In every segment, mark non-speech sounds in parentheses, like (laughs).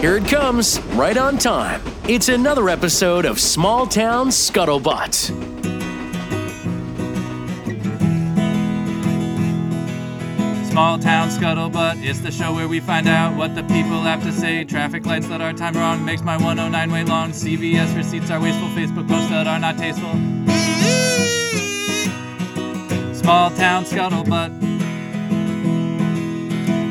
Here it comes, right on time. It's another episode of Small Town Scuttlebutt. Small Town Scuttlebutt is the show where we find out what the people have to say. Traffic lights that are time wrong makes my 109 way long. CVS receipts are wasteful. Facebook posts that are not tasteful. Small Town Scuttlebutt.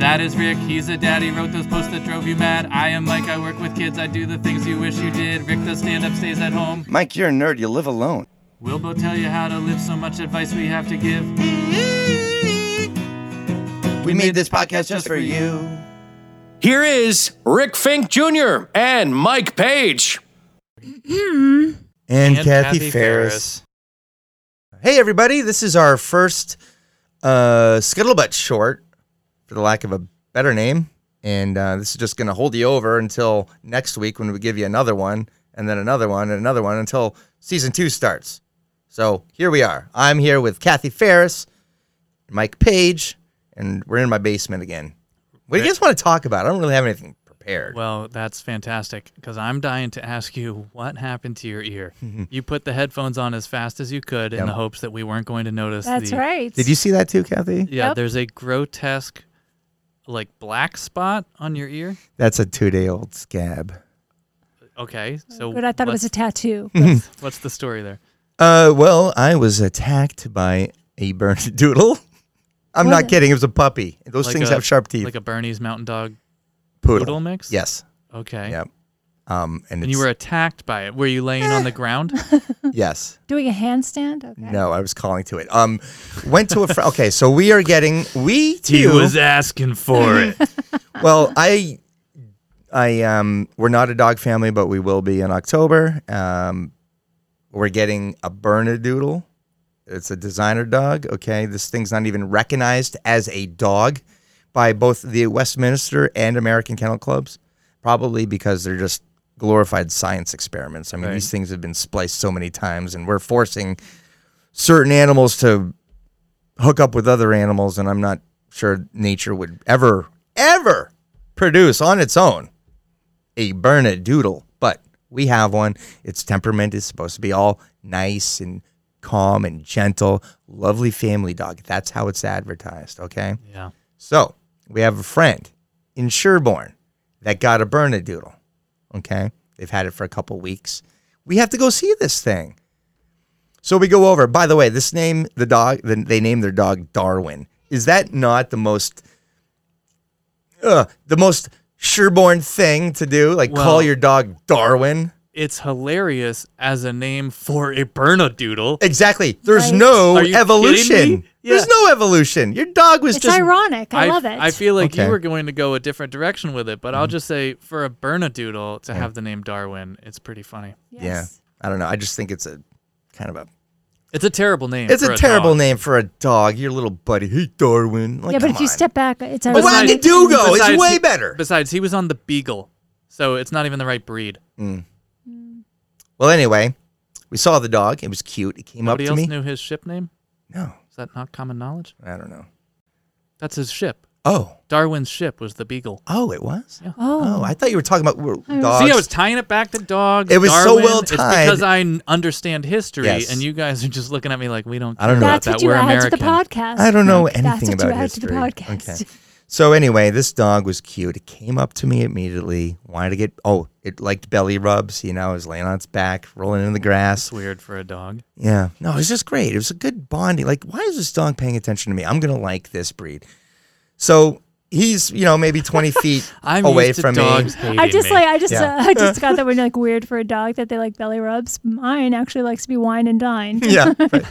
That is Rick. He's a daddy. Wrote those posts that drove you mad. I am Mike. I work with kids. I do the things you wish you did. Rick does stand up, stays at home. Mike, you're a nerd. You live alone. Wilbo tell you how to live. So much advice we have to give. We made this podcast just for you. Here is Rick Fink Jr. and Mike Page. and, And Kathy, Kathy Ferris. Hey, everybody! This is our first uh, Scuttlebutt short, for the lack of a better name, and uh, this is just going to hold you over until next week when we give you another one, and then another one, and another one until season two starts. So here we are. I'm here with Kathy Ferris, Mike Page, and we're in my basement again. What do you guys want to talk about? I don't really have anything prepared. Well, that's fantastic because I'm dying to ask you what happened to your (laughs) ear. you put the headphones on as fast as you could in the hopes that we weren't going to notice. That's the, right. Did you see that too, Kathy? Yeah, Yep. there's a grotesque, like black spot on your ear. That's a two-day-old scab. Okay, so Oh, Good. I thought it was a what's- (laughs) tattoo. what's the story there? Uh, well, I was attacked by a burnt (laughs) doodle. I'm Was not it? kidding. It was a puppy. Those Like things a- have sharp teeth. Like a Bernese Mountain Dog poodle. poodle mix. Yes. Okay. Yep. Um, and, And you were it's- attacked by it. Were you laying (laughs) on the ground? yes. Doing a handstand? Okay. No, I was calling to it. Um, went to a fr- okay. So we are getting we he too. was asking for it. (laughs) well, I, I um, we're not a dog family, but we will be in October. Um, we're getting a Bernedoodle. It's a designer dog. Okay, this thing's not even recognized as a dog by both the Westminster and American Kennel Clubs, probably because they're just glorified science experiments. I mean, Right. these things have been spliced so many times, and we're forcing certain animals to hook up with other animals, and I'm not sure nature would ever, ever produce on its own a Bernedoodle. But we have one. Its temperament is supposed to be all nice and calm and gentle. Lovely family dog. That's how it's advertised, okay? yeah. So we have a friend in Sherborne that got a Bernedoodle. Okay. They've had it for a couple weeks. We have to go see this thing. So we go over. By the way, this name, the dog, the, they named their dog Darwin. Is that not the most, uh, the most Sherborne thing to do? Like Well- call your dog Darwin? It's hilarious as a name for a Bernadoodle. Exactly. There's Right. no Are you kidding evolution. me? There's Yeah. no evolution. Your dog was It's just ironic. I, love it. I feel like you Okay. Mm-hmm. were going to go a different direction with it, but I'll just say for a Bernadoodle to have the name Darwin, it's pretty funny. Yes. Yeah. I don't know. I just think it's a kind of a It's a terrible name. It's for a terrible dog. name for a dog. Your little buddy, hey Darwin. Like, Yeah, but come if you on. step back, it's But ironic. when the Dugo is Besides, way he- better. Besides, he was on the Beagle, so it's not even the right breed. Well, anyway, we saw the dog. It was cute. It came Nobody up to else me. knew his ship name. No, Is that not common knowledge? I don't know. That's his ship. Oh, Darwin's ship was the Beagle. oh, it was. Oh, Oh, I thought you were talking about were dogs. See, I was tying it back to dogs. Uh, It was so Darwin. well It's tied. because I n- understand history, Yes. and you guys are just looking at me like we don't. I don't care know. about that's that. what you we're add American. to the podcast. I don't know That's anything what about you add to history. the podcast. Okay. So anyway, this dog was cute. It came up to me immediately. Wanted to get. Oh, it liked belly rubs. You know, it was laying on its back, rolling in the grass. It's weird for a dog. Yeah. No, it was just great. It was a good bonding. Like, why is this dog paying attention to me? I'm gonna like this breed. So he's, you know, maybe (laughs) 20 feet I'm away used to from dogs me. hating (laughs) I just me. like I just Yeah. uh, I just got that we're like weird for a dog that they like belly rubs. Mine actually likes to be wine and (laughs) dined. (laughs) Yeah. (laughs) right.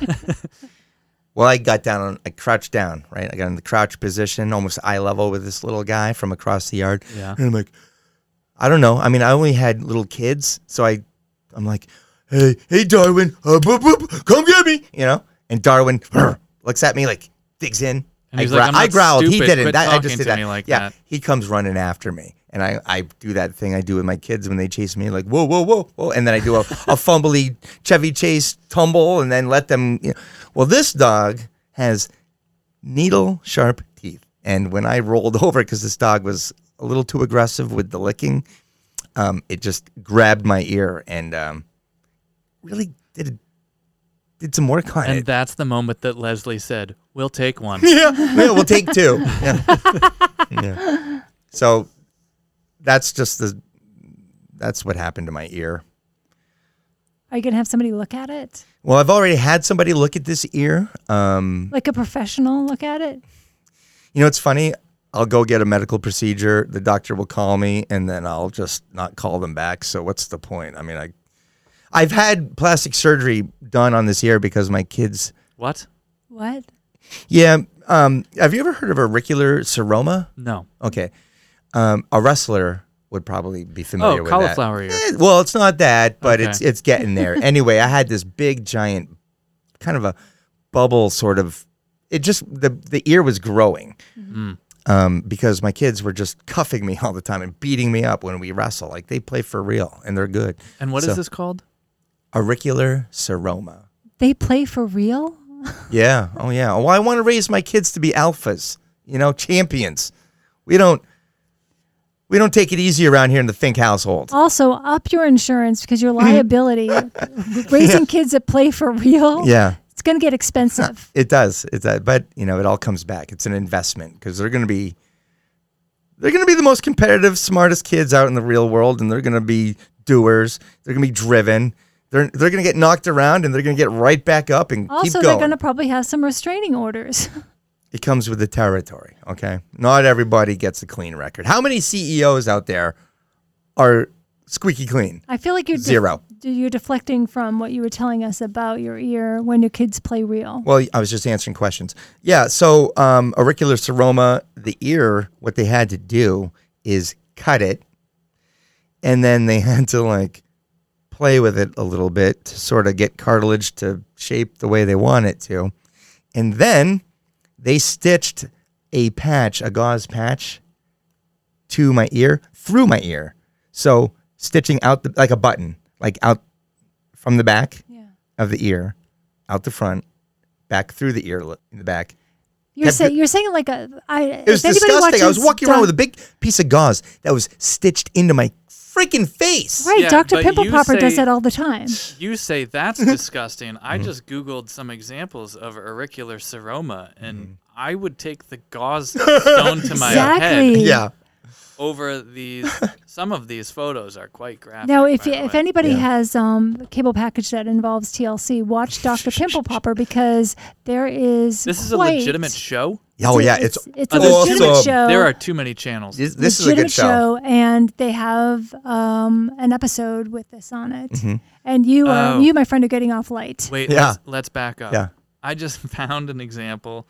well, I got down. On, I crouched down. Right. I got in the crouch position, almost eye level with this little guy from across the yard. Yeah. And I'm like, I don't know. I mean, I only had little kids, so I, I'm like, hey, hey, Darwin, uh, boop, boop, come get me. You know. And Darwin looks at me like digs in. And I, he's like, growl- "I'm I not growled. He stupid. didn't. Quit That, I talking just did to that. me like yeah. that. He comes running after me, and I, I do that thing I do with my kids when they chase me, like whoa, whoa, whoa, whoa, and then I do a, a fumbly Chevy Chase tumble, and then let them. You know. Well, this dog has needle (laughs) sharp teeth, and when I rolled over because this dog was a little too aggressive with the licking, um, it just grabbed my ear and um, really did did some work on And it. that's the moment that Leslie said, "We'll take one." (laughs) yeah, yeah, we'll take two. Yeah. Yeah. So that's just the that's what happened to my ear. Are you gonna have somebody look at it, Well, I've already had somebody look at this ear. Um, like a professional look at it? You know, it's funny. I'll go get a medical procedure. The doctor will call me, and then I'll just not call them back. So what's the point? I mean, I, I've had plastic surgery done on this ear because my kids. What? What? Yeah. Um, have you ever heard of auricular seroma? No. Okay. Um, a wrestler would probably be familiar Oh, with cauliflower that. ear. Eh, well, it's not that, but Okay. it's it's (laughs) getting there. anyway, I had this big giant kind of a bubble sort of it just the the ear was growing. Mm-hmm. Um, because my kids were just cuffing me all the time and beating me up when we wrestle. Like they play for real and they're good. And what is So, this called? Auricular seroma. They play for real? Yeah. Oh yeah. Well, I want to raise my kids to be alphas, you know, champions. We don't we don't take it easy around here in the think household. Also, up your insurance (laughs) because your liability raising kids that play for real. Yeah. it's gonna get expensive. It does. It's that, but you know, it all comes back. It's an investment because they're going to be they're going to be the most competitive, smartest kids out in the real world, and they're going to be doers. They're going to be driven. They're they're going to get knocked around, and they're going to get right back up and (laughs) Also, keep they're going. gonna probably have some restraining orders. (laughs) It comes with the territory. Okay, not everybody gets a clean record. How many CEOs out there are squeaky clean? I feel like you're def- Zero. you're deflecting from what you were telling us about your ear when your kids play real. Well, I was just answering questions. Yeah. So, um, auricular seroma, the ear, what they had to do is cut it. And then they (laughs) had to like play with it a little bit to sort of get cartilage to shape the way they want it to. And then they stitched a patch, a gauze patch, to my ear, through my ear. So, stitching out the, like a button, like out from the back Yeah. of the ear, out the front, back through the ear, in the back. You're, Kept say, it- you're saying like a. I, It was disgusting. I was walking around with a big piece of gauze that was stitched into my freaking face. Right, Yeah, Dr. but Pimple you Popper does say- that all the time. You say that's disgusting. I just googled some examples of auricular seroma, and I would take the gauze sewn to my Exactly. head Yeah. over these. Some of these photos are quite graphic. Now, if by you, the if way. anybody Yeah. has um, cable package that involves TLC, (laughs) watch Dr. Pimple Popper because there is. this is a quite- legitimate show. Oh, a- yeah. It's, it's a There's awesome. too many- legitimate show. There are too many channels. This, this is a legitimate good show. and they have um, an episode with this on it. Mm-hmm. And you, are, Oh. you, my friend, are getting off light. Wait, Yeah. let's, let's back up. Yeah. I just (laughs) found an example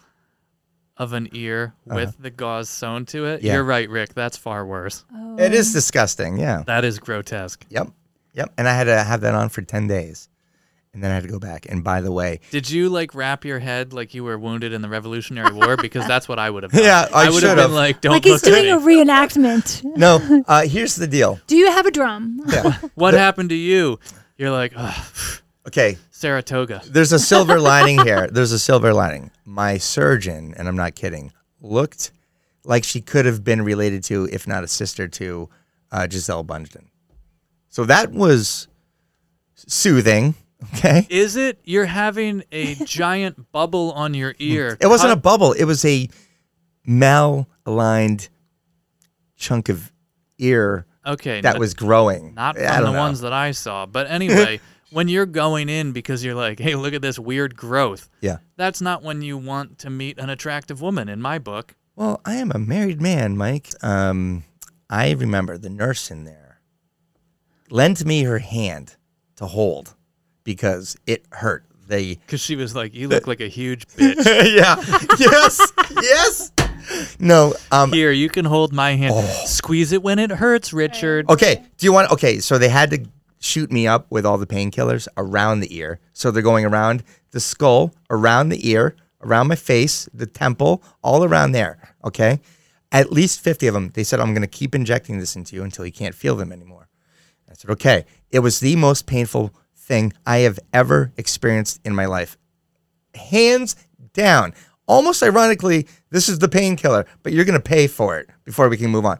of an ear with the gauze sewn to it. Uh-huh. Yeah. You're right, Rick. That's far worse. It is disgusting. Yeah. That is grotesque. Yep. Yep. And I had to have that on for 10 days. And then I had to go back. And by the way, Did you like wrap your head like you were wounded in the Revolutionary (laughs) War? Because that's what I would have done. Yeah, I would have should've. been like, don't Like he's look at doing me. a reenactment. (laughs) no, uh, here's the deal. Do you have a drum? Yeah. what happened to you? You're like, "Ugh, Okay. Saratoga. There's a silver lining here. There's a silver lining. My surgeon, and I'm not kidding, looked like she could have been related to, if not a sister to, uh, Giselle Bundchen. So that was soothing. Okay. Is it you're having (laughs) a giant bubble on your ear? It wasn't a cut- bubble. It was a malaligned chunk of ear okay. that no- was growing. Not I from the don't know. ones that I saw. But (laughs) anyway, when you're going in because you're like, hey, look at this weird growth, Yeah. that's not when you want to meet an attractive woman in my book. Well, I am a married man, Mike. Um, I remember the nurse in there lent me her hand to hold because it hurt. The Because she was like, you look like a (laughs) huge bitch. yeah, yes, yes. No, um, Here, you can hold my hand. Oh. Squeeze it when it hurts, Richard. okay. Do you want? Okay, so they had to shoot me up with all the painkillers around the ear. So they're going around the skull, around the ear, around my face, the temple, all around there. Okay, at least fifty of them. They said I'm going to keep injecting this into you until you can't feel them anymore. I said, okay. It was the most painful thing I have ever experienced in my life. Hands down. Almost ironically, this is the painkiller, but you're going to pay for it before we can move on.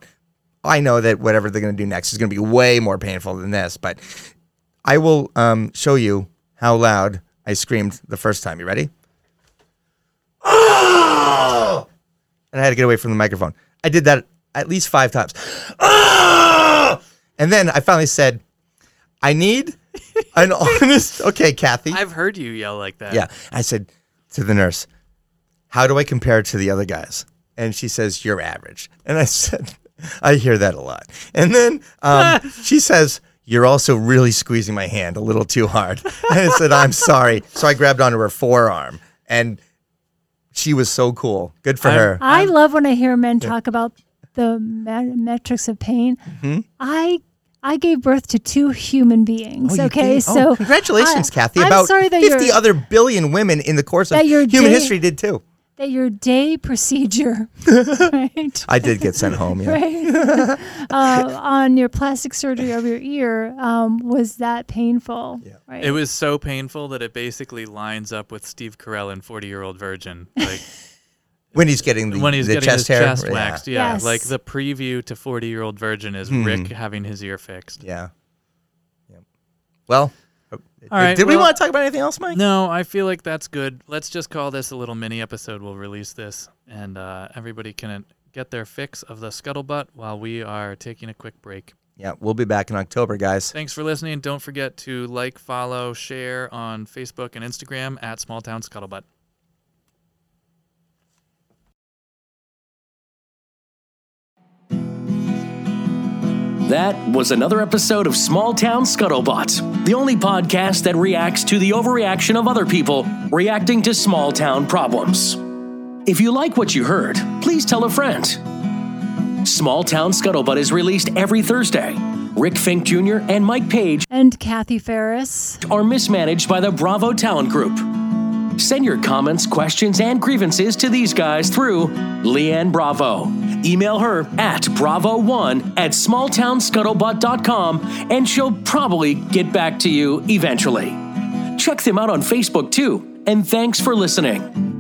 I know that whatever they're going to do next is going to be way more painful than this, but I will um, show you how loud I screamed the first time. You ready? and I had to get away from the microphone. I did that at least five times. and then I finally said, I need an (laughs) honest. Okay, Kathy. I've heard you yell like that. Oh. Yeah. I said to the nurse, How do I compare to the other guys? And she says, You're average. And I (laughs) said, I hear that a lot. And then (laughs) um, she says, You're also really squeezing my hand a little too hard. (laughs) And I said, I'm sorry. So I grabbed onto her forearm and she was so cool. Good for her. I love when I hear men talk about the ma- metrics of pain. Mm-hmm. I I gave birth to two human beings. Oh, you okay, did? Oh, so congratulations, I- Kathy. I'm About sorry that 50 your- other billion women in the course of that your human day- history did too. that your (laughs) day procedure, right? I did get sent home. Yeah. (laughs) right? uh, on your plastic surgery of your ear um, was that painful? Yeah. Right? It was so painful that it basically lines up with Steve Carell in 40 Year Old (laughs) Virgin. Like When he's getting the, when he's the getting chest his hair. chest yeah. waxed. Yeah. Yes. Like the preview to 40 Year Old Virgin is Hmm. Rick having his ear fixed. Yeah. Yeah. Well, All right. did we well- want to talk about anything else, Mike? No, I feel like that's good. Let's just call this a little mini episode. We'll release this, and uh, everybody can get their fix of the scuttlebutt while we are taking a quick break. Yeah, we'll be back in October, guys. Thanks for listening. Don't forget to like, follow, share on Facebook and Instagram at Small Town Scuttlebutt. That was another episode of Small Town Scuttlebutt, the only podcast that reacts to the overreaction of other people reacting to small town problems. If you like what you heard, please tell a friend. Small Town Scuttlebutt is released every Thursday. Rick Fink Jr. and Mike Page and Kathy Ferris. are mismanaged by the Bravo Talent Group. Send your comments, questions, and grievances to these guys through Leanne Bravo. Email her at bravo1 at smalltownscuttlebutt.com and she'll probably get back to you eventually. Check them out on Facebook too, and thanks for listening.